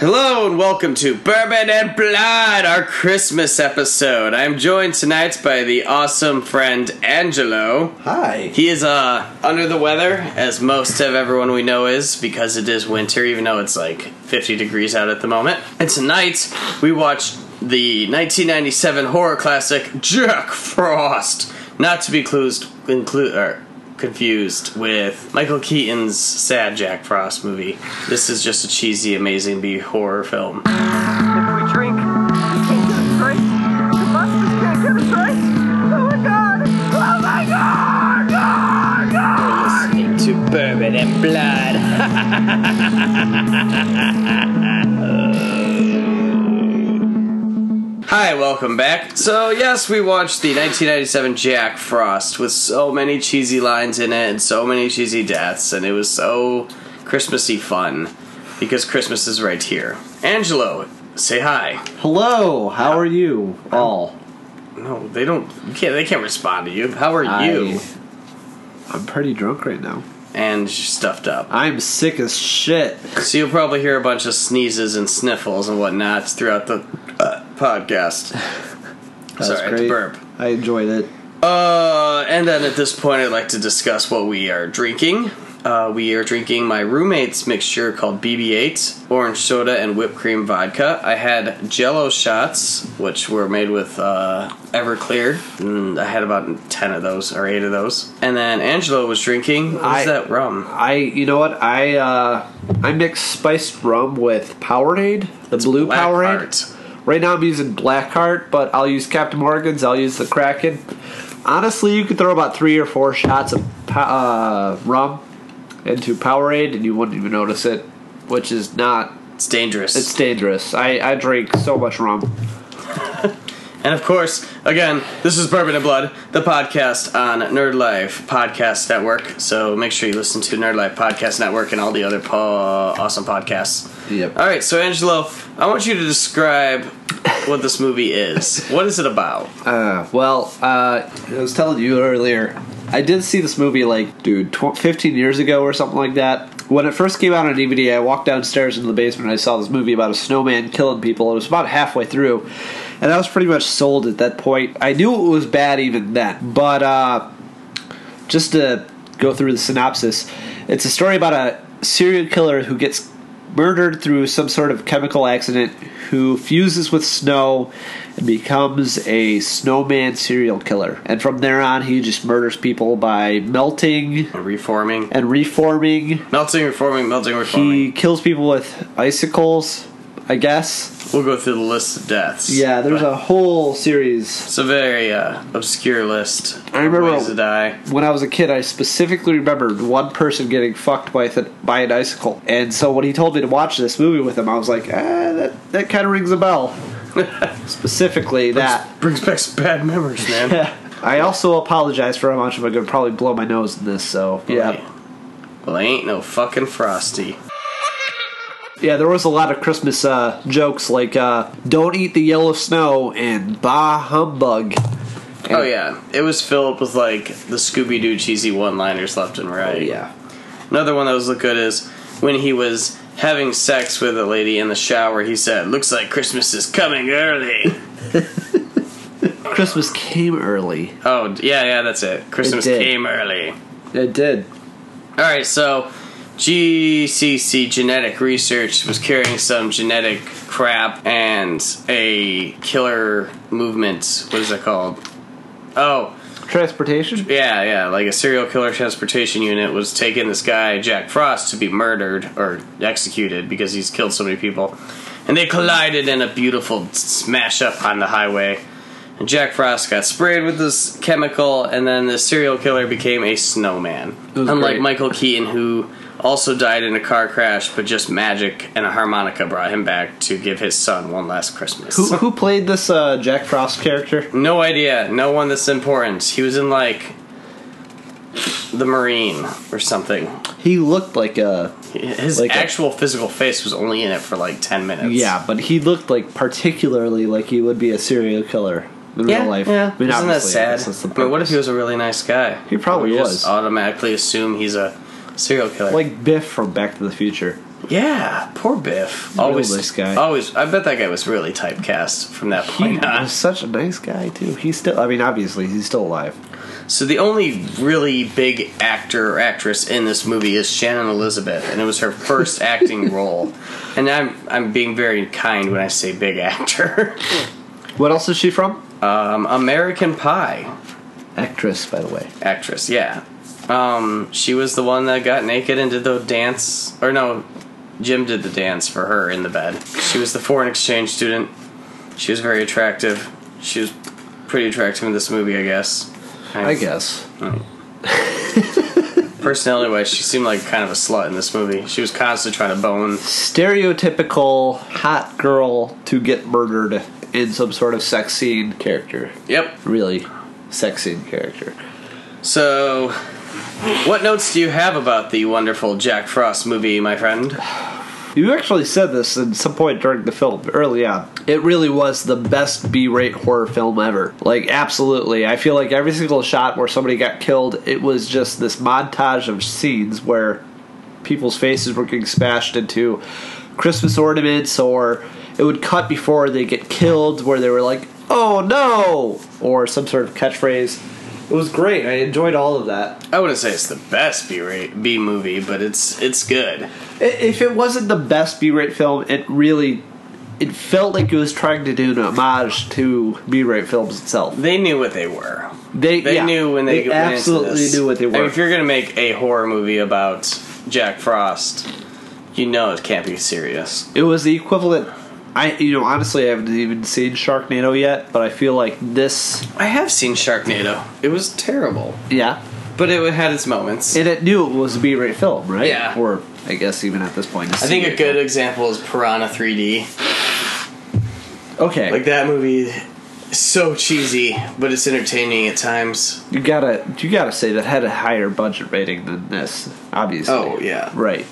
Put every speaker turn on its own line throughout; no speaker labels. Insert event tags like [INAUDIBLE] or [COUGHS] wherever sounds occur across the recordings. Hello and welcome to Bourbon and Blood, our Christmas episode. I'm joined tonight by the awesome friend Angelo.
Hi.
He is uh under the weather, as most of everyone we know is, because it is winter, even though it's like 50 degrees out at the moment. And tonight we watched the 1997 horror classic Jack Frost, not to be clues, include or confused with Michael Keaton's sad Jack Frost movie. This is just a cheesy, amazing B horror film.
If we drink, we can't get us right. The monsters can't get us right. Oh my god! Oh my god! Oh God! God!
listening to Bourbon and Blood. [LAUGHS] Hi, welcome back. So, yes, we watched the 1997 Jack Frost with so many cheesy lines in it and so many cheesy deaths, and it was so Christmassy fun because Christmas is right here. Angelo, say hi.
Hello. How are you all?
No, they don't. You can't, they can't respond to you. How are you?
I, am pretty drunk right now.
And you're stuffed up.
I'm sick as shit.
So you'll probably hear a bunch of sneezes and sniffles and whatnot throughout the uh, podcast.
That
Sorry, I had to burp.
I enjoyed it.
Uh, and then at this point, I'd like to discuss what we are drinking. Uh, we are drinking my roommate's mixture called BB8, orange soda and whipped cream vodka. I had Jello shots, which were made with uh, Everclear, and I had about ten of those or eight of those. And then Angelo was drinking. What was
I-
that rum?
I, you know what? I, uh, I mix spiced rum with Powerade, the blue
Black
Powerade.
Heart.
Right now, I'm using Blackheart, but I'll use Captain Morgan's. I'll use the Kraken. Honestly, you could throw about three or four shots of po- uh, rum into Powerade, and you wouldn't even notice it, which is not
It's dangerous.
It's dangerous. I, I drink so much rum.
And of course, again, this is Bourbon and Blood, the podcast on Nerd Life Podcast Network. So make sure you listen to Nerd Life Podcast Network and all the other po- awesome podcasts.
Yep.
All right, so Angelo, I want you to describe what this movie
[LAUGHS]
is. What is it about?
Uh, well, uh, I was telling you earlier, I did see this movie like, dude, tw- 15 years ago or something like that. When it first came out on DVD, I walked downstairs into the basement and I saw this movie about a snowman killing people. It was about halfway through, and I was pretty much sold at that point. I knew it was bad even then, but uh, just to go through the synopsis, it's a story about a serial killer who gets murdered through some sort of chemical accident who fuses with snow and becomes a snowman serial killer. And from there on, he just murders people by melting
Reforming,
and reforming.
melting, reforming, melting, reforming.
He kills people with icicles, I guess.
we'll go through the list of deaths.
Yeah, there's
But
a whole series
It's a very uh, obscure list.
I remember-
of ways to die.
when I was a kid, I specifically remembered one person getting fucked by th- by an icicle. And so when he told me to watch this movie with him, I was like, ah, that that kind of rings a [LAUGHS] bell. specifically that.
brings back some bad memories, man.
I also apologize for how much of I could probably blow my nose in this. So [LAUGHS] yeah,
Well, ain't no fucking frosty.
yeah, there was a lot of Christmas uh, jokes like uh, "Don't eat the yellow snow" and "Bah humbug."
Oh yeah, it was filled with like the Scooby Doo cheesy one-liners left and right.
Oh, Yeah,
Another one that was good is when he was having sex with a lady in the shower. He said, "Looks like Christmas is coming
[LAUGHS]
early."
Christmas came early.
oh yeah, yeah, that's it. Christmas
did.
came early.
It did.
All right, so GCC Genetic Research was carrying some genetic crap and a killer movement. What is it called? Oh,
Transportation.
Yeah, yeah, like a serial killer transportation unit was taking this guy, Jack Frost, to be murdered or executed because he's killed so many people. And they collided in a beautiful smash up on the highway. And Jack Frost got sprayed with this chemical, and then the serial killer became a snowman.
was
Unlike
great.
Michael Keaton, who also died in a car crash, but just magic and a harmonica brought him back to give his son one last Christmas.
Who, who played this uh, Jack Frost character?
No idea. No one that's important. He was in like the Marine or something.
He looked like a
His
Like a-
actual physical face was only in it for like ten minutes.
Yeah, but he looked like particularly like he would be a serial killer in
Yeah,
real life.
yeah.
I
Isn't
mean,
that
obviously, I
sad?
guess that's the
but what if
purpose.
he was a really nice guy?
He probably
We
was.
Just automatically assume he's a serial killer.
like Biff from Back to the Future?
Yeah, poor Biff. Always
nice guy.
Always, I bet that guy was really typecast from that
He
point on.
was such a nice guy too. He's still. I mean, obviously, he's still alive.
So the only really big actor or actress in this movie is Shannon Elizabeth, and it was her
[LAUGHS]
first acting role. And I'm I'm being very kind when I say big actor. [LAUGHS]
What else is she from?
Um, American Pie
Actress, by the way.
actress, yeah. Um, she was the one that got naked and did the dance, or no, Jim did the dance for her in the bed. She was the foreign exchange student. She was very attractive. She was pretty attractive in this movie, I guess.
I guess.
Personality wise, she seemed like kind of a slut in this movie. She was constantly trying to bone.
Stereotypical hot girl to get murdered in some sort of sex scene character.
Yep.
Really, sex scene character.
So, what notes do you have about the wonderful Jack Frost movie, my friend?
You actually said this at some point during the film early on. It really was the best B-rate horror film ever. Like absolutely. I feel like every single shot where somebody got killed, it was just this montage of scenes where people's faces were getting smashed into Christmas ornaments or it would cut before they get killed where they were like, "Oh no!" or some sort of catchphrase. It was great. I enjoyed all of that.
I wouldn't say it's the best B rate B movie, but it's it's good.
I- if it wasn't the best B-rate film, it really it felt like it was trying to do an homage to B-rate films itself.
They knew what they were.
They,
They
yeah,
knew when they, went into
absolutely
this.
knew what they
I mean,
were.
if you're gonna make a horror movie about Jack Frost, you know it can't be serious.
it was the equivalent. I you know honestly I haven't even seen Sharknado yet, but I feel like this
I have seen Sharknado. It was terrible,
yeah,
but it had its moments.
and it knew it was a B-rate film, right?
Yeah.
or I guess even at this point,
I think a good example is Piranha 3D.
okay.
Like that movie, is so cheesy, but it's entertaining at times.
you gotta you gotta say that had a higher budget rating than this, obviously.
Oh, yeah.
right.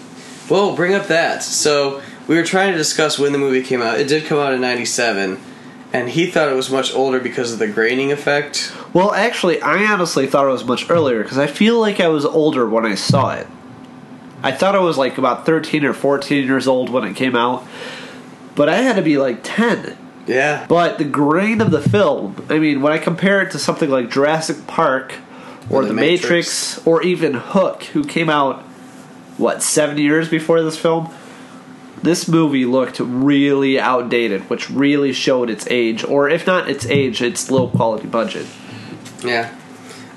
Well, bring up that. So we were trying to discuss when the movie came out. It did come out in '97, and he thought it was much older because of the graining effect.
Well, actually, I honestly thought it was much earlier because I feel like I was older when I saw it. I thought I was like about 13 or 14 years old when it came out, but I had to be like 10.
Yeah.
But the grain of the film, I mean, when I compare it to something like Jurassic Park or
Or The
The Matrix. or even Hook, who came out, what, seven years before this film? This movie looked really outdated, which really showed its age, or if not its age, its low quality budget.
Yeah.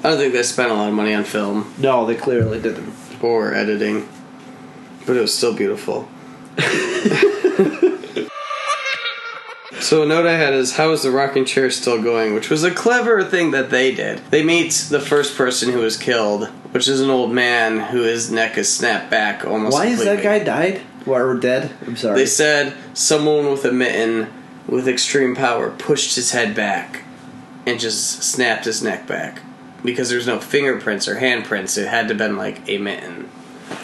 I don't think they spent a lot of money on film
No, they clearly didn't.
or editing, but it was still beautiful. [LAUGHS] So a note I had is how is the rocking chair still going, which was a clever thing that they did. They meet the first person who was killed, which is an old man who his neck is snapped back almost.
Why is that
completely.
guy died? Or dead? I'm sorry.
They said someone with a mitten with extreme power pushed his head back and just snapped his neck back. Because there's no fingerprints or handprints, it had to been like a mitten.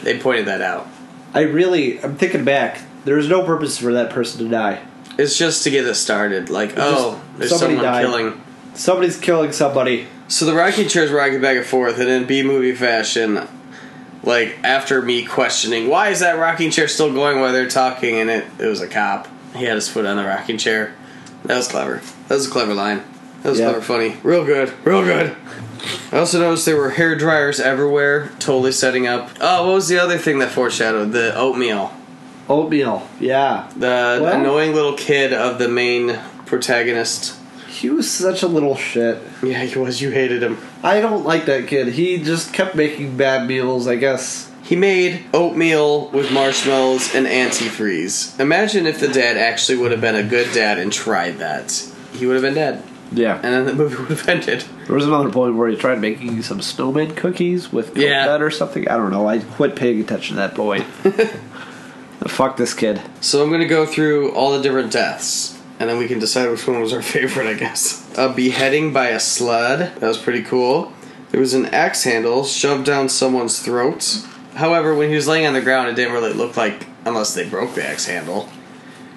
They pointed that out.
I really, I'm thinking back. There's no purpose for that person to die.
It's just to get us started. Like, oh, there's
somebody
someone
died.
killing.
Somebody's killing somebody.
So the rocking chair's rocking back and forth, and in B movie fashion, like after me questioning why is that rocking chair still going while they're talking, and it it was a cop. He had his foot on the rocking chair. That was clever. That was a clever line. That was
Yeah.
clever, funny, real good, real good. I also noticed there were hair dryers everywhere, totally setting up. Oh, what was the other thing that foreshadowed? The oatmeal.
Oatmeal. Yeah.
The
Well-
annoying little kid of the main protagonist.
He was such a little shit.
Yeah, he was. You hated him.
I don't like that kid. He just kept making bad meals, I guess.
He made oatmeal with marshmallows and antifreeze. Imagine if the dad actually would have been a good dad and tried that. He would have been dead.
Yeah.
And then the movie [LAUGHS] would have ended.
There was another point where he tried making some snowman cookies with coconut
Yeah.
or something. I don't know. I quit paying attention to that [LAUGHS] point. Fuck this kid.
So I'm going to go through all the different deaths. And then we can decide which one was our [LAUGHS] favorite, I guess. A beheading by a sled. That was pretty cool. There was an axe handle shoved down someone's throat. However, when he was laying on the ground, it didn't really look like, unless they broke the axe handle.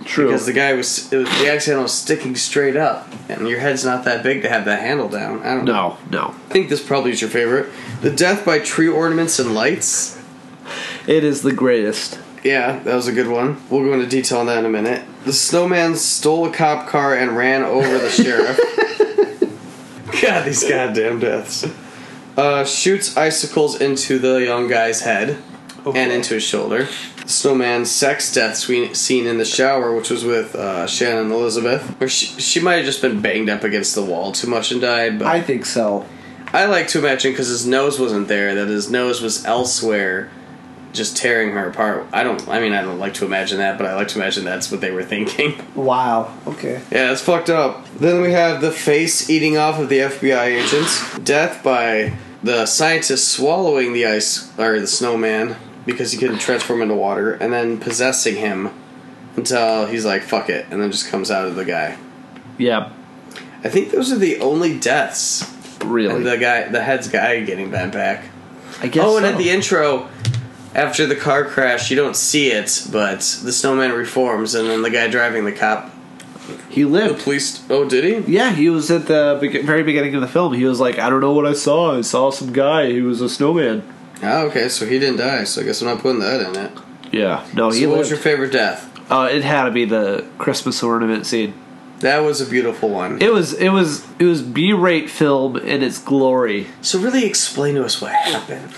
True.
because the guy was, it was the axe handle was sticking straight up, and your head's not that big to have that handle down. I don't know.
no, no.
I think this probably is your favorite. The death by tree ornaments and lights.
It is the greatest.
yeah, that was a good one. We'll go into detail on that in a minute. The snowman stole a cop car and ran over the sheriff. [LAUGHS] God, these goddamn deaths. Uh, shoots icicles into the young guy's head and into his shoulder. Snowman sex death swe- scene in the shower, which was with uh, Shannon Elizabeth, where she, she might have just been banged up against the wall too much and died. But
I think so.
I like to imagine because his nose wasn't there that his nose was elsewhere, just tearing her apart. I don't. I mean, I don't like to imagine that, but I like to imagine that's what they were thinking. [LAUGHS]
Wow. Okay.
yeah, that's fucked up. Then we have the face eating off of the FBI agents. Death by the scientist swallowing the ice or the snowman because he couldn't transform into water, and then possessing him until he's like fuck it, and then just comes out of the guy.
Yeah.
I think those are the only deaths.
Really.
And the guy, the head's guy, getting bent back.
I guess.
oh, and
so.
at the intro, after the car crash, you don't see it, but the snowman reforms, and then the guy driving the cop,
he
the
lived.
police. Oh, did he?
Yeah, he was at the beg- very beginning of the film. He was like, I don't know what I saw. I saw some guy. He was a snowman.
Oh, okay. So he didn't die. So I guess I'm not putting that in it.
Yeah. No, he
So what was
lived.
your favorite death?
uh, it had to be the Christmas ornament scene.
That was a beautiful one.
It was. It was. It was B-rate film in its glory.
So really explain to us what happened.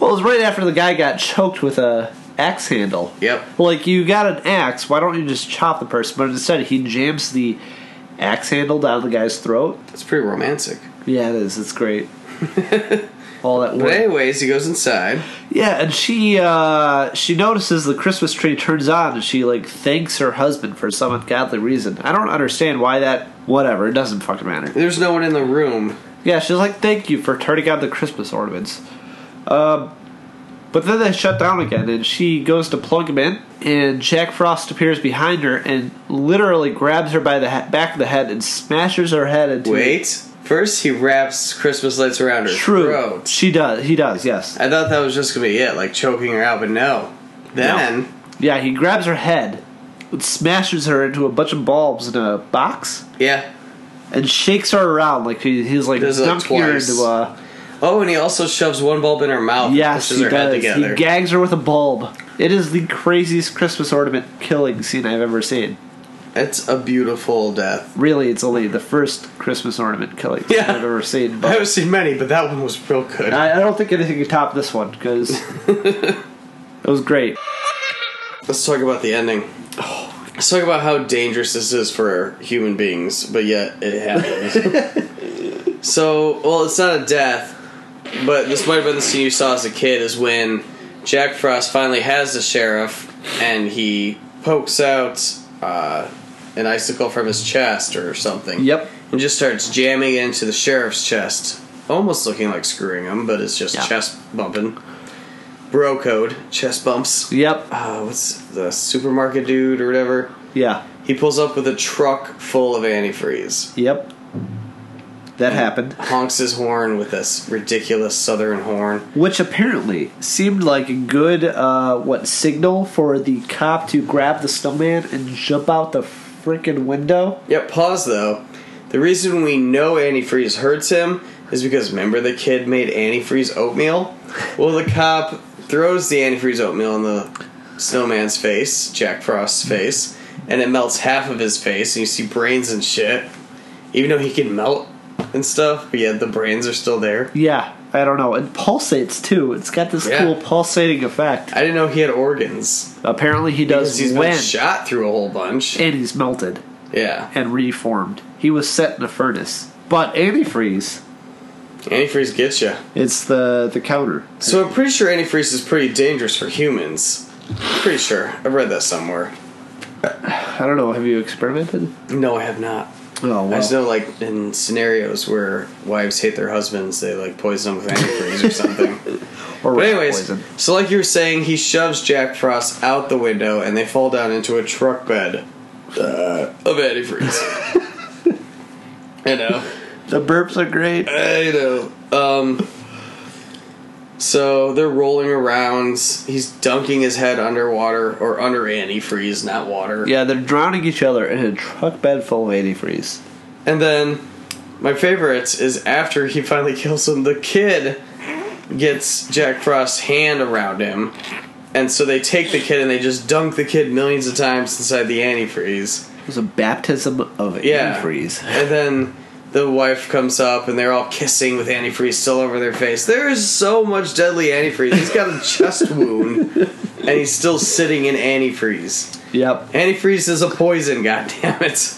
Well, it was right after the guy got choked with a axe handle.
Yep.
Like you got an axe, why don't you just chop the person? But instead, he jams the axe handle down the guy's throat.
It's pretty romantic.
Yeah, it is.
[LAUGHS]
It's great. All that
But
work.
anyways, he goes inside.
Yeah, and she uh, she notices the Christmas tree turns on, and she like thanks her husband for some ungodly reason. I don't understand why that. Whatever, it doesn't fucking matter.
There's no one in the room.
Yeah, she's like, thank you for turning on the Christmas ornaments. Um, but then they shut down again, and she goes to plug him in, and Jack Frost appears behind her and literally grabs her by the ha- back of the head and smashes her head into
Wait. First, he wraps Christmas lights around her
True.
throat.
She does. He does. Yes.
I thought that was just gonna be it, like choking her out, but no. Then
Yeah. He grabs her head, and smashes her into a bunch of bulbs in a box,
yeah.
and shakes her around like he, he's like
Does it
dunking her
twice.
into uh, a.
Oh, and he also shoves one bulb in her mouth.
Yes,
and pushes
he
her head
does.
together.
He gags her with a bulb. It is the craziest Christmas ornament killing scene I've ever seen.
it's a beautiful death.
Really, it's only the first Christmas ornament killing scene
Yeah.
I've ever
[LAUGHS]
seen.
I
But
haven't seen many, but that one was real good.
I, I don't think anything can top this one because
[LAUGHS]
it was great.
Let's talk about the ending. Let's talk about how dangerous this is for human beings, but yet it happens.
[LAUGHS]
so, well, it's not a death, but this might have been the scene you saw as a kid is when Jack Frost finally has the sheriff and he pokes out uh, an icicle from his chest or something.
Yep.
And just starts jamming into the sheriff's chest, almost looking like screwing him, but it's just
Yeah.
chest bumping. Bro code, chest bumps
Yep.
uh, what's the supermarket dude or whatever?
Yeah.
He pulls up with a truck full of antifreeze,
Yep. That happened.
honks his horn with this ridiculous southern horn.
Which apparently seemed like a good uh, what signal for the cop to grab the snowman and jump out the freaking window.
Yep, pause though. The reason we know antifreeze hurts him is because remember the kid made antifreeze oatmeal? Well, the cop throws the antifreeze oatmeal in the snowman's face, Jack Frost's face, and it melts half of his face, and you see brains and shit. Even though he can melt and stuff, but yet the brains are still there.
Yeah, I don't know. It pulsates too. It's got this
Yeah.
cool pulsating effect.
I didn't know he had organs.
Apparently, he
Because
does
he's
when
been shot through a whole bunch.
and he's melted
yeah.
and reformed. He was set in a furnace, but antifreeze.
Antifreeze gets you.
It's the the counter.
So I'm pretty sure antifreeze is pretty dangerous for humans. Pretty sure. I've read that somewhere.
I don't know. Have you experimented?
No, I have not.
Oh
I just
well.
know, like, in scenarios where wives hate their husbands, they, like, poison them with antifreeze or [LAUGHS] something.
Or
But,
rat
anyways,
poison.
so like you were saying, he shoves Jack Frost out the window and they fall down into a truck bed uh, of antifreeze. [LAUGHS] I know.
the burps are great.
I know. Um, so they're rolling around. He's dunking his head underwater or under antifreeze, not water.
Yeah, they're drowning each other in a truck bed full of antifreeze.
And then my favorite is after he finally kills him, the kid gets Jack Frost's hand around him, and so they take the kid and they just dunk the kid millions of times inside the antifreeze.
It was a baptism of
Yeah.
antifreeze.
[LAUGHS] And then the wife comes up and they're all kissing with antifreeze still over their face. There is so much deadly antifreeze. He's got a
[LAUGHS]
chest wound and he's still sitting in antifreeze.
Yep.
Antifreeze is a poison, [LAUGHS] goddammit.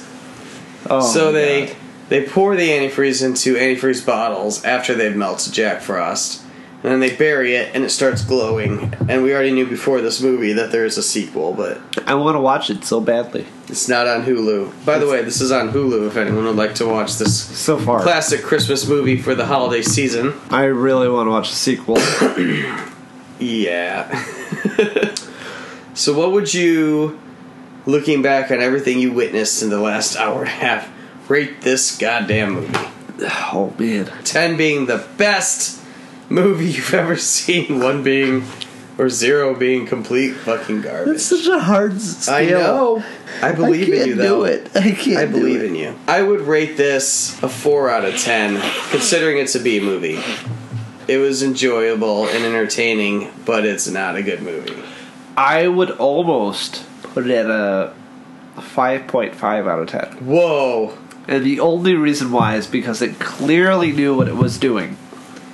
Oh,
so
my
they
God.
they pour the antifreeze into antifreeze bottles after they've melted Jack Frost. And then they bury it and it starts glowing. And we already knew before this movie that there is a sequel, but
I want to watch it so badly.
it's not on Hulu. By the way, this is on Hulu if anyone would like to watch this
So far,
classic Christmas movie for the holiday season.
I really want to watch the sequel.
Yeah. [LAUGHS] so, what would you, looking back on everything you witnessed in the last hour and a half, rate this goddamn movie?
[COUGHS] oh man.
10 being the best movie you've [LAUGHS] ever seen, 1 being, or 0 being complete fucking
It's
garbage.
such a hard scale.
I know. I believe
I can't
in you,
do
though.
it. I can't.
I believe
do it.
in you. I would rate this a 4 out of 10, considering it's a B movie. It was enjoyable and entertaining, but it's not a good movie.
I would almost put it at a five point five out of ten,
Whoa.
and the only reason why is because it clearly knew what it was doing.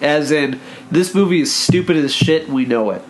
As in, this movie is stupid as shit. We know it.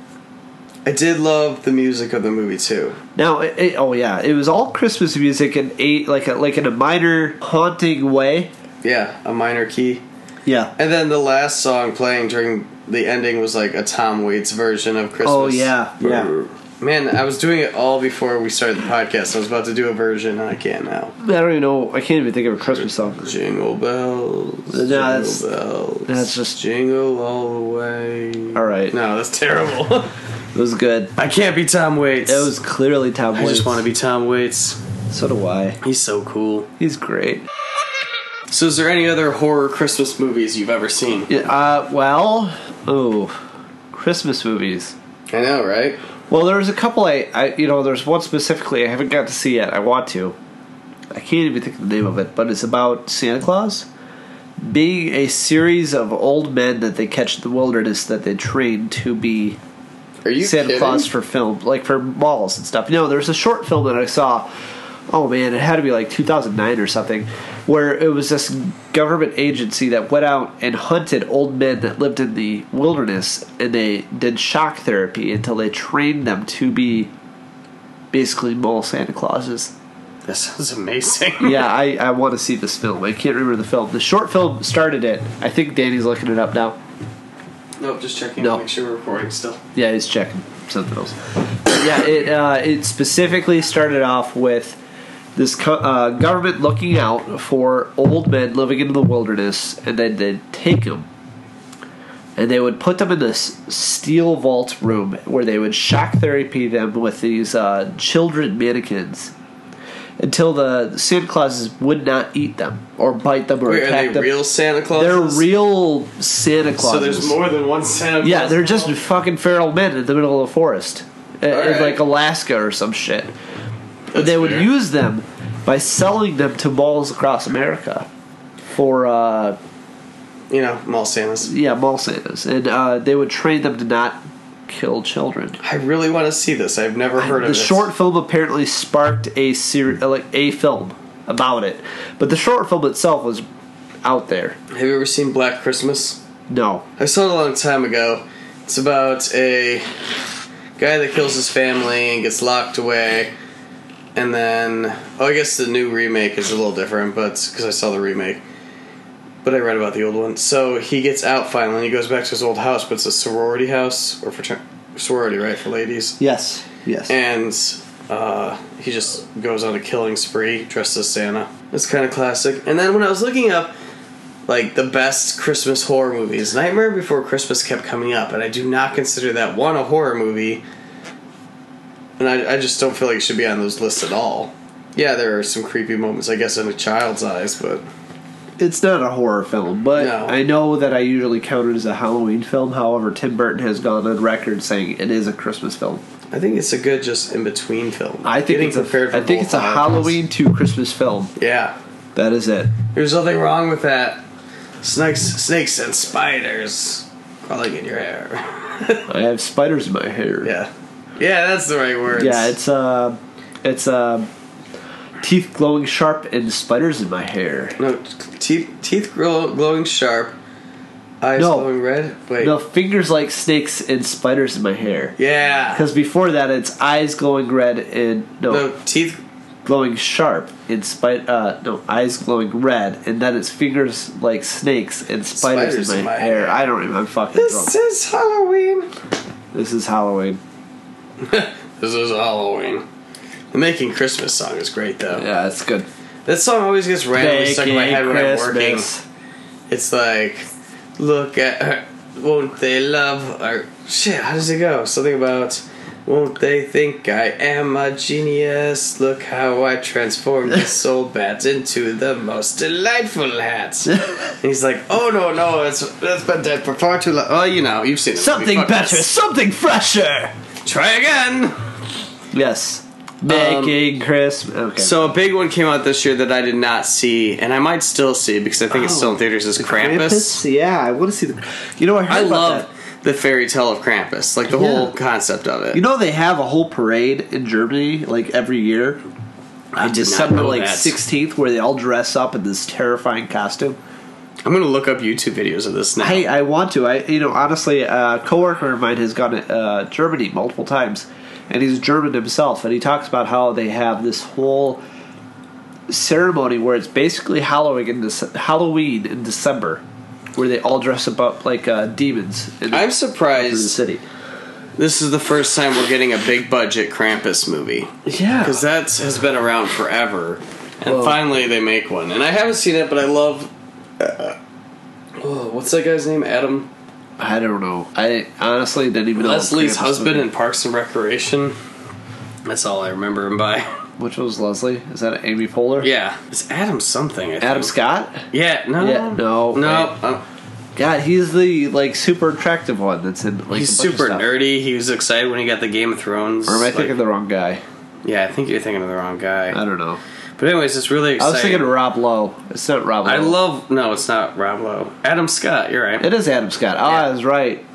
I did love the music of the movie, too.
Now, it, it, oh yeah, it was all Christmas music and eight like a, like in a minor haunting way.
Yeah, a minor key.
Yeah.
And then the last song playing during the ending was like a Tom Waits version of Christmas.
Oh, yeah, yeah.
Man, I was doing it all before we started the podcast. I was about to do a version, and I can't now.
I don't even know. I can't even think of a Christmas song.
Jingle bells, jingle
that's-
bells.
that's just-
jingle all the way.
All right.
No, that's
[LAUGHS]
terrible.
It was good.
I can't be Tom Waits.
It was clearly Tom.
I just want to be Tom Waits.
So do I.
He's so cool.
He's great.
So, is there any other horror Christmas movies you've ever seen?
Yeah, uh, well, oh, Christmas movies.
I know, right?
Well, there's a couple I, I, you know, there's one specifically I haven't got to see yet. I want to. I can't even think of the name of it, but it's about Santa Claus being a series of old men that they catch in the wilderness that they train to be
Are you
Santa
kidding?
Claus for film, like for malls and stuff. No, there's a short film that I saw. Oh man, it had to be like 2009 or something, where it was this government agency that went out and hunted old men that lived in the wilderness, and they did shock therapy until they trained them to be basically mall Santa
[LAUGHS]
Clauses.
That sounds amazing.
Yeah, I, I want to see this film. I can't remember the film. The short film started it. I think Danny's looking it up now.
[LAUGHS] Nope, just checking
No.
to make sure we're recording still.
Yeah, he's checking something else. yeah, it uh, it specifically started off with this co- uh, government looking out for old men living in the wilderness, and then they take them, and they would put them in this steel vault room where they would shock therapy them with these uh, children mannequins. Until the Santa Clauses would not eat them or bite them or
Wait, are
attack
they
them.
real Santa Claus?
They're real Santa Clauses.
So there's more than one Santa Claus.
Yeah, they're just
now?
fucking feral men in the middle of the forest, uh, in
Alright.
like Alaska or some shit. But
That's
they would
fair.
use them by selling them to malls across America for uh,
you know mall Santas.
yeah mall Santas, and uh, they would train them to not kill children.
I really want to see this. I've never heard of
the
this.
short film apparently sparked a seri- uh, like a film about it, but the short film itself was out there.
Have you ever seen Black Christmas?
No,
I saw it a long time ago. It's about a guy that kills his family and gets locked away, and then oh, I guess the new remake is a little different, but because I saw the remake. But I read about the old one. So he gets out finally. and He goes back to his old house, but it's a sorority house or fraternity, sorority, right, for ladies.
yes, yes.
and uh, he just goes on a killing spree dressed as Santa. It's kind of classic. And then when I was looking up like the best Christmas horror movies, Nightmare Before Christmas kept coming up, and I do not consider that one a horror movie. And I, I just don't feel like it should be on those lists at all. Yeah, there are some creepy moments, I guess, in a child's eyes, but
it's not a horror film, but
No.
I know that I usually count it as a Halloween film. However, Tim Burton has gone on record saying it is a Christmas film.
I think it's a good just in between film.
I think
Getting
it's a,
prepared for
I think
both
it's a
holidays.
Halloween to Christmas film.
Yeah,
That is it.
There's nothing wrong with that. Snakes, snakes, and spiders. I like it in your hair. [LAUGHS]
I have spiders in my hair.
yeah. Yeah, that's the right word.
Yeah, it's uh it's uh teeth glowing sharp and spiders in my hair.
No, teeth, teeth glow, glowing sharp, eyes
No.
glowing red. Wait.
No, fingers like snakes and spiders in my hair.
Yeah.
Because before that, it's eyes glowing red and no,
No, teeth.
glowing sharp in spite. Uh, no, eyes glowing red, and then it's fingers like snakes and spiders, in, my hair. I don't even.
[LAUGHS]
I'm fucking drunk.
This is Halloween.
This is Halloween.
This is Halloween. The Making Christmas song is great though.
Yeah, it's good.
That song always gets randomly stuck in my
Making
head when I'm working.
Christmas.
It's like, look at her. Won't they love her? Shit, how does it go? Something about, won't they think I am a genius? Look how I transformed
[LAUGHS]
this old bat into the most delightful
[LAUGHS]
hat. and he's like, oh no, no, it's, that's been dead for far too long. Oh, you know, you've seen it.
Something
Fuck
better,
this.
something fresher.
Try again.
Yes, making Christmas. Okay.
Um, So a big one came out this year that I did not see, and I might still see because I think it's
Oh.
still in theaters. Is Krampus?
Yeah, I want to see the. You know, I heard
I
about
love
that.
the fairy tale of Krampus, like the
Yeah.
whole concept of it.
You know, they have a whole parade in Germany, like every year. On
not
December
know
like
that.
16th, where they all dress up in this terrifying costume.
I'm gonna look up YouTube videos of this now.
Hey, I want to. I, you know, honestly, a coworker of mine has gone to uh, Germany multiple times, and he's German himself, and he talks about how they have this whole ceremony where it's basically Halloween in, Dece- Halloween in December, where they all dress up up like uh, demons. In
I'm
through the
surprised
city.
this is the first time we're getting a big budget Krampus movie
Yeah,
because that has been around forever, and finally they make one. And I haven't seen it, but I love. uh, oh, what's that guy's name? Adam
I don't know. I honestly didn't even know
Leslie's
Krampus
husband
movie-
in Parks and Recreation. That's all I remember him by. [LAUGHS]
which was Leslie. Is that Amy Poehler?
Yeah, it's Adam something. I
Adam
think.
Scott.
Yeah, no,
Yeah, no,
no.
wait.
uh,
God, he's the like super attractive one. That's in. Like,
he's
a bunch of
super
stuff.
nerdy. He was excited when he got the Game of Thrones.
Or am I thinking
like-
the wrong guy?
yeah, I think you're thinking of the wrong guy.
I don't know.
but anyways, it's really
I
exciting.
was thinking Rob Lowe. It's not Rob Lowe.
I love. No, it's not Rob Lowe. Adam Scott. You're right.
It is Adam Scott. Oh,
Yeah.
I was right.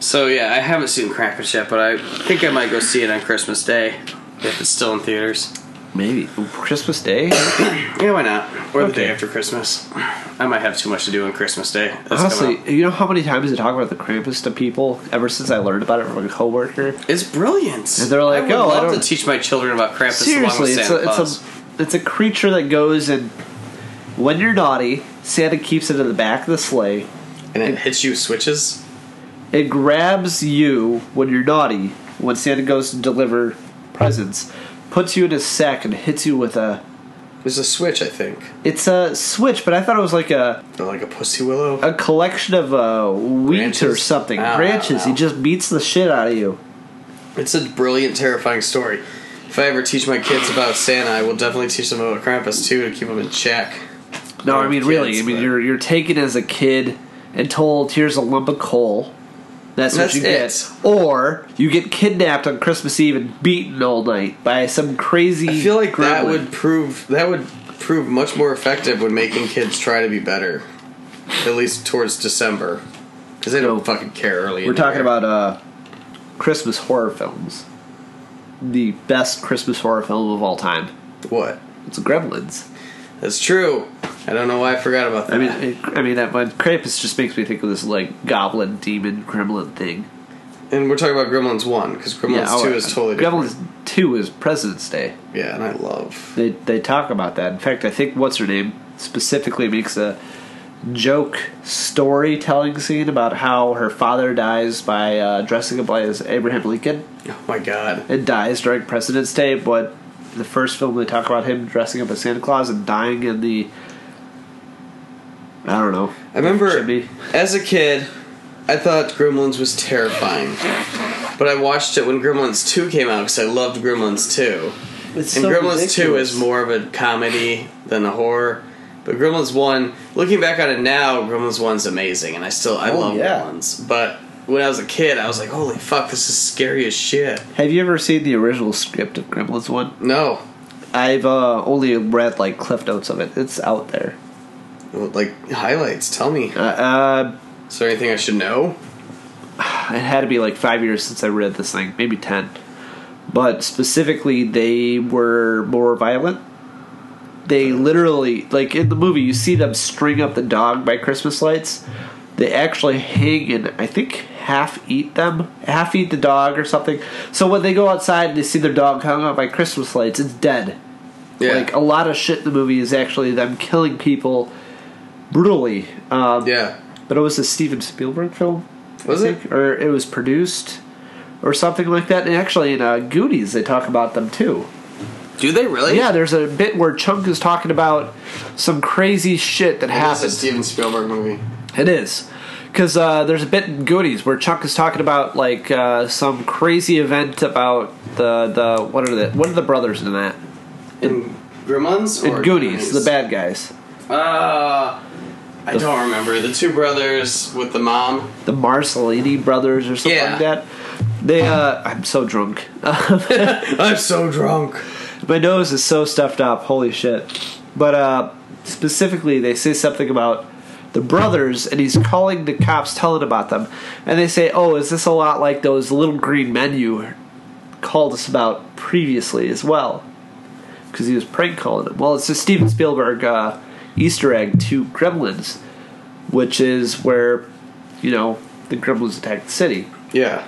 so yeah, I haven't seen Krampus yet, but I think I might go see it on Christmas Day if it's still in theaters.
Maybe Christmas Day.
Yeah, why not? Or the day
Okay.
after Christmas. I might have too much to do on Christmas Day. That's coming
Honestly,
up.
you know how many times I talk about the Krampus to people ever since I learned about it from a coworker.
it's brilliant.
And they're like,
I would
"Oh, I
love
don't-
to teach my children about Krampus along
Seriously,
with
it's
Santa
a, it's
Claus.
a it's a creature that goes and when you're naughty, Santa keeps it in the back of the sleigh.
and it hits you with switches.
It grabs you when you're naughty. When Santa goes to deliver presents, puts you in a sack and hits you with a.
There's a switch, I think.
It's a switch, but I thought it was like a
Or like a pussy willow.
a collection of uh, wheat or
Branches?
something.
I don't
Branches.
know.
He just beats the shit out of you.
It's a brilliant, terrifying story. If I ever teach my kids about Santa, I will definitely teach them about Krampus too to keep them in check.
No, I
Oh,
mean really.
kids,
I mean
but-
you're you're taken as a kid and told here's a lump of coal. That's what
That's
you
it.
get. Or you get kidnapped on Christmas Eve and beaten all night by some crazy.
I feel like that
gremlin.
would prove that would prove much more effective when making kids try to be better, at least towards December, because they don't fucking care early. in
We're
the
talking
year.
about uh, Christmas horror films. The best Christmas horror film of all time.
what?
It's Gremlins.
That's true. I don't know why I forgot about that.
I mean, I mean that one Krampus just makes me think of this like goblin demon gremlin thing.
and we're talking about Gremlins one because Gremlins
oh,
two is totally different.
Gremlins two is President's Day.
Yeah, and I love.
They they talk about that. In fact, I think what's her name specifically makes a joke storytelling scene about how her father dies by uh, dressing up as Abraham Lincoln
Oh my god.
and dies during President's Day. But in the first film, they talk about him dressing up as Santa Claus and dying in the I don't know.
I remember
Chimney.
as a kid, I thought Gremlins was terrifying, but I watched it when Gremlins Two came out because I loved Gremlins Two.
It's
and
so
Gremlins Two
ridiculous.
is more of a comedy than a horror. But Gremlins One, looking back on it now, Gremlins One's amazing, and I still I
Oh,
love
yeah.
Gremlins. But when I was a kid, I was like, "Holy fuck, this is scary as shit."
Have you ever seen the original script of Gremlins one?
No,
I've uh, only read like cliff notes of it. It's out there.
like highlights. Tell me.
Uh, uh,
Is there anything I should know?
it had to be like five years since I read this thing, maybe ten. But specifically, they were more violent. They literally, like in the movie, you see them string up the dog by Christmas lights. They actually hang and I think half eat them, half eat the dog or something. So when they go outside and they see their dog hung up by Christmas lights, it's dead.
Yeah.
Like a lot of shit in the movie is actually them killing people brutally. Um,
yeah.
but it was a Steven Spielberg film.
Was
I
it?
think, Or it was produced, or something like that. And actually, in uh, Goonies, they talk about them too.
Do they really?
Yeah, there's a bit where Chunk is talking about some crazy shit that
It is a
happens.
Steven Spielberg movie.
It is. Because uh, there's a bit in Goonies where Chuck is talking about like uh, some crazy event about the the what are the what are the brothers in that
In Gremlins or
in Goonies the bad guys
Uh, I
The-
don't remember. The two brothers with the mom.
the Marcellini brothers or something
Yeah.
like that. They uh, I'm so drunk.
I'm so drunk.
My nose is so stuffed up. Holy shit. But uh, specifically, they say something about the brothers, and he's calling the cops, telling about them. And they say, Oh, is this a lot like those little green men you called us about previously as well? Because he was prank calling them. Well, it's a Steven Spielberg uh, Easter egg to Gremlins, which is where, you know, the Gremlins attack the city.
Yeah.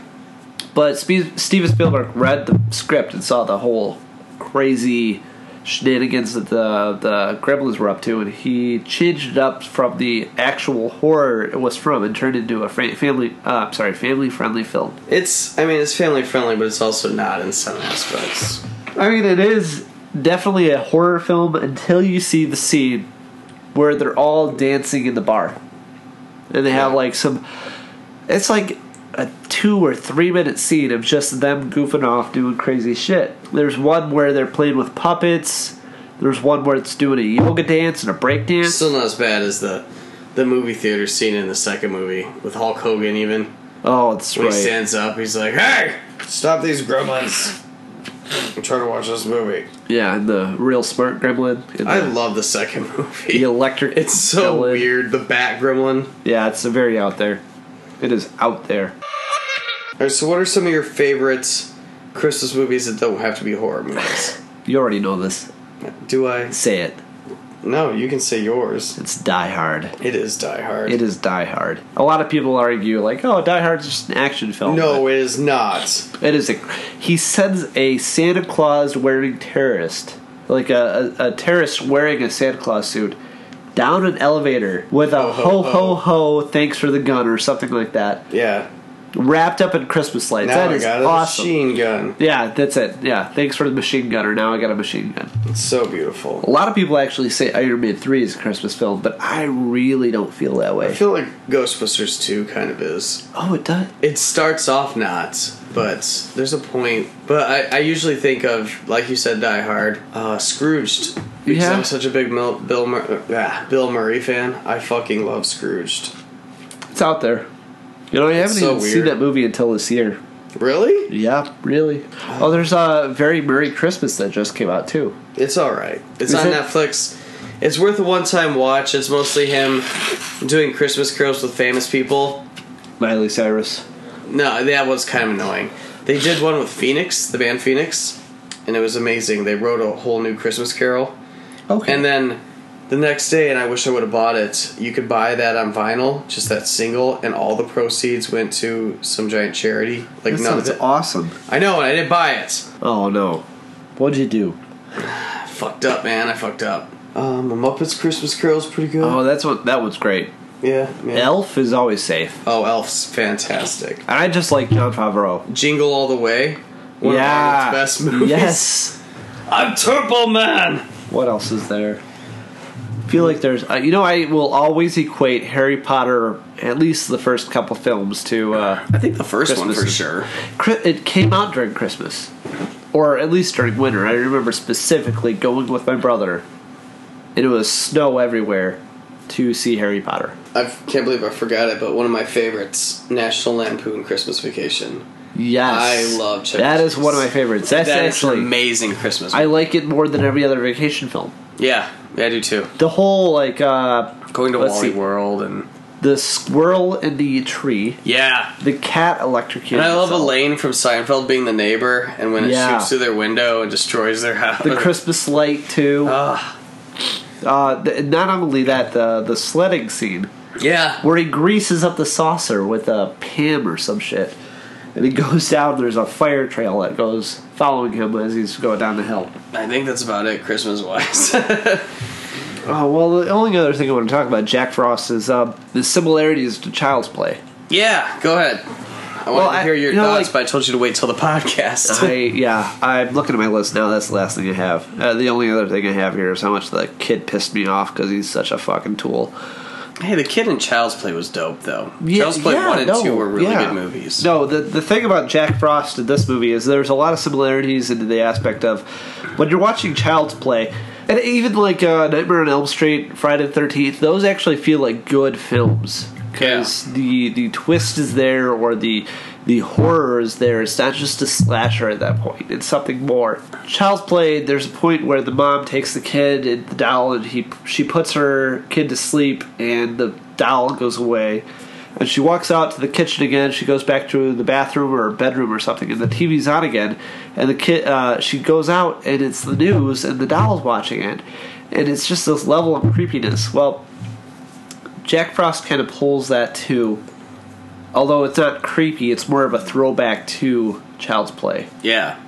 But Spe- Steven Spielberg read the script and saw the whole crazy shenanigans that the the Gremlins were up to, and he changed it up from the actual horror it was from and turned it into a fr- family. Uh, I'm sorry, family friendly film.
It's, I mean, it's family friendly, but it's also not in some aspects.
I mean, it is definitely a horror film until you see the scene where they're all dancing in the bar, and they have like some. It's like a two or three minute scene of just them goofing off doing crazy shit. There's one where they're playing with puppets. There's one where it's doing a yoga dance and a break dance.
Still not as bad as the the movie theater scene in the second movie with Hulk Hogan. Even
oh, that's
when
right.
he stands up, he's like, "Hey, stop these gremlins! I'm trying to watch this movie."
Yeah, and the real smart gremlin. and
I
the,
love the second [LAUGHS] movie.
the electric.
It's so
gremlin.
weird. The Bat Gremlin.
Yeah, it's very out there. It is out there.
All right, so what are some of your favorites Christmas movies that don't have to be horror
[LAUGHS]
movies?
You already know this.
Do I?
Say it.
No, you can say yours.
It's Die Hard.
It is Die Hard.
It is Die Hard. A lot of people argue, like, "Oh, Die Hard's just an action film."
No, it is not.
but it is. A, he sends a Santa Claus wearing terrorist, like a, a, a terrorist wearing a Santa Claus suit, down an elevator with a
ho,
ho ho ho, thanks for the gun or something like that,
Yeah.
wrapped up in Christmas lights.
Now
that
I
is
got a
awesome.
machine gun.
Yeah, that's it. Yeah, thanks for the machine gun, or now I got a machine gun.
It's so beautiful.
A lot of people actually say Iron Man 3 is a Christmas film, but I really don't feel that way.
I feel like Ghostbusters 2 kind of is.
oh, it does?
It starts off not, but there's a point. But I, I usually think of, like you said, Die Hard, uh, Scrooged. Because
Yeah.
I'm such a big Mil- Bill, Mur- ah, Bill Murray fan. I fucking love Scrooged.
It's out there. You know, I haven't
so
even seen
weird.
that movie until this year.
Really?
Yeah, really. Oh, there's a very Merry Christmas that just came out too.
It's all right. It's
Is
on
it-
Netflix. It's worth a one-time watch. It's mostly him doing Christmas curls with famous people.
Miley Cyrus.
No, that was kind of annoying. They did one with Phoenix, the band Phoenix, and it was amazing. They wrote a whole new Christmas carol.
Okay.
And then the next day, and I wish I would have bought it, you could buy that on vinyl, just that single, and all the proceeds went to some giant charity. Like,
that
none
sounds
of it.
awesome.
I know, and I didn't buy it.
Oh no, what'd you do?
I fucked up, man. I fucked up. Um, the Muppets Christmas Carol's pretty good.
Oh, that's what that one's great.
yeah. yeah.
Elf is always safe,
Oh, Elf's fantastic.
and I just like John Favreau.
Jingle All the Way. One
yeah,
Of Arnold's
[LAUGHS]
best movies.
Yes.
I'm Turbo Man.
What else is there? I feel like there's, uh, you know, I will always equate Harry Potter, at least the first couple films, to uh,
I think the first one
Christmas
for
is-
sure.
Chri- It came out during Christmas, or at least during winter. I remember specifically going with my brother, and it was snow everywhere to see Harry Potter.
I can't believe I forgot it, but one of my favorites, National Lampoon Christmas Vacation.
Yes,
I love Chuck E.
That is
Cheese.
one of my favorites.
That's
That's actually
amazing Christmas.
I like it more than every other vacation film.
yeah, yeah, I do too.
The whole like uh,
Going to
Let's
Wally
see.
World and
the squirrel in the tree,
Yeah.
the cat electrocuted.
And I love
itself,
Elaine from Seinfeld being the neighbor, and when it
Yeah.
shoots through their window and destroys their house.
The Christmas light too.
Ah,
Uh, th- not only that, the the sledding scene
yeah.
where he greases up the saucer with a pim or some shit, and he goes down. There's a fire trail that goes following him as he's going down the hill.
I think that's about it, Christmas [LAUGHS] wise.
Oh well, the only other thing I want to talk about Jack Frost is um, the similarities to Child's Play.
yeah, go ahead. I wanted
Well,
to
I-
hear your
you know,
thoughts,
like-
but I told you to wait till the [LAUGHS] podcast.
I yeah, I'm looking at my list now. That's the last thing I have. Uh, the only other thing I have here is how much the kid pissed me off because he's such a fucking tool.
hey, the kid in Child's Play was dope, though.
Yeah,
Child's Play
yeah,
1 and
no,
2 were really
yeah.
good movies.
No, the the thing about Jack Frost in this movie is there's a lot of similarities into the aspect of when you're watching Child's Play, and even like uh, Nightmare on Elm Street, Friday the Thirteenth. Those actually feel like good films because the the twist is there or the the horror is there. It's not just a slasher at that point. It's something more. Child's Play. There's a point where the mom takes the kid and the doll, and he she puts her kid to sleep, and the doll goes away. And she walks out to the kitchen again. She goes back to the bathroom or bedroom or something, and the TV's on again. And the kid, uh, she goes out, and it's the news, and the doll's watching it, and it's just this level of creepiness. Well, Jack Frost kind of pulls that too, although it's not creepy. It's more of a throwback to Child's Play.
Yeah.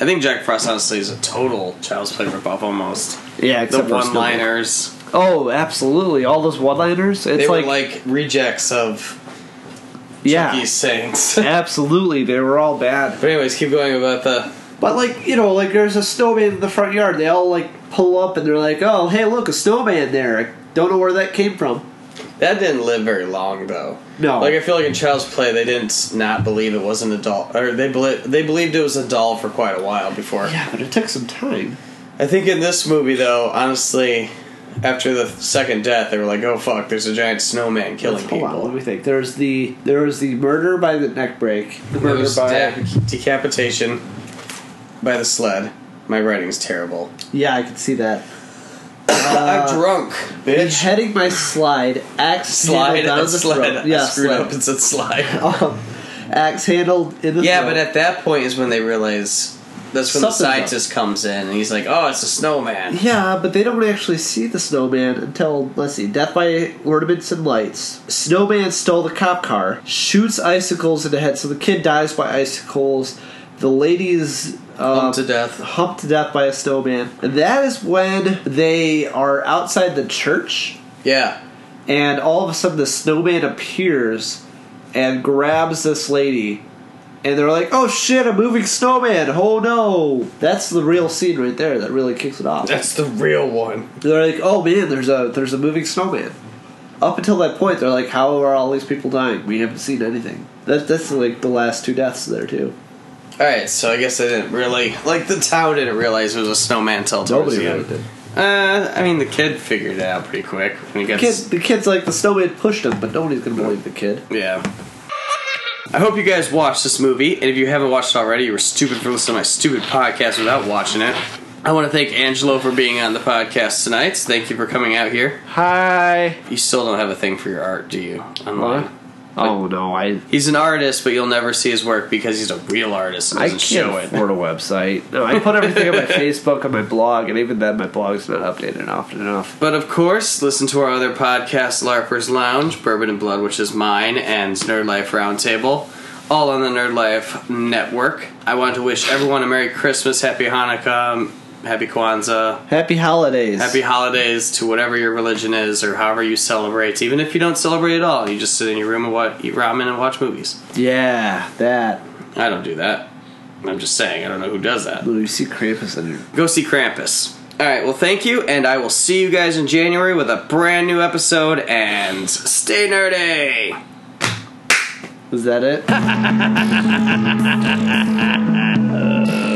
I think Jack Frost, honestly, is a total Child's Play ripoff almost.
Yeah,
The
except for
one liners.
Snowball. Oh, absolutely! All those one-liners. It's
They
like,
were like rejects of
yeah,
these things.
absolutely. They were all
[LAUGHS]
bad.
But anyways, keep going about the.
But like you know, like there's a snowman in the front yard. They all like pull up and they're like, "Oh, hey, look, a snowman there." I don't know where that came from.
That didn't live very long though.
No.
like I feel like in Child's Play, they didn't s- not believe it was an adult, or they beli- they believed it was a doll for quite a while before.
Yeah, but it took some time.
I think in this movie though, honestly, after the second death, they were like, "Oh fuck, there's a giant snowman killing
Hold on, let
people."
me think. There's the there was the murder by the neck break. The
There
murder
was
by
de- decapitation by the sled. My writing's terrible.
yeah, I can see that. Uh,
I'm drunk, bitch.
Beheading my slide,
[LAUGHS]
axe
Slide,
handle down
a
the
sled.
throat.
I
Yeah,
screwed
slide.
up and said slide.
[LAUGHS] Um, axe handle in the
Yeah,
throat.
but at that point is when they realize that's when the
Something's up.
scientist comes in and he's like, "Oh, it's a snowman."
Yeah, but they don't actually see the snowman until, let's see, Death by Ornaments and Lights. Snowman stole the cop car, shoots icicles in the head, so the kid dies by icicles. The lady is uh,
Pumped to death.
humped to death by a snowman. And that is when they are outside the church,
Yeah,
and all of a sudden the snowman appears and grabs this lady. And they're like, oh shit, a moving snowman! Oh no! That's the real scene right there that really kicks
[LAUGHS]
it off.
that's the real one.
They're like, oh man, there's a there's a moving snowman. Up until that point, they're like, how are all these people dying? We haven't seen anything. That, that's like the last two deaths there too.
All right, so I guess I didn't really like the town didn't realize it was a snowman till towards the end. Uh, I mean, the kid figured it out pretty quick when he
The
gets.
kid, the kid's like the snowman pushed him, but nobody's gonna believe the kid.
Yeah. I hope you guys watched this movie, and if you haven't watched it already, you were stupid for listening to my stupid podcast without watching it. I want to thank Angelo for being on the podcast tonight. Thank you for coming out here.
Hi.
You still don't have a thing for your art, do you? Online.
What? Oh no, I
He's an artist, but you'll never see his work because he's a real artist and
I
doesn't
can't
show it.
afford a website. No, I put everything [LAUGHS] on my Facebook, on my blog, and even then, my blog's not updated often enough.
But of course, listen to our other podcast, LARPers Lounge, Bourbon and Blood, which is mine, and Nerd Life Roundtable, all on the Nerd Life Network. I want to wish everyone a Merry Christmas, Happy Hanukkah, Happy Kwanzaa,
Happy holidays.
Happy Holidays to whatever your religion is or however you celebrate. Even if you don't celebrate at all, you just sit in your room and wa eat ramen and watch movies.
yeah, that.
I don't do that. I'm just saying, I don't know who does that.
When you see Krampus in your
go see Krampus. All right, well, thank you, and I will see you guys in January with a brand new episode. And stay nerdy.
[LAUGHS] Is that it?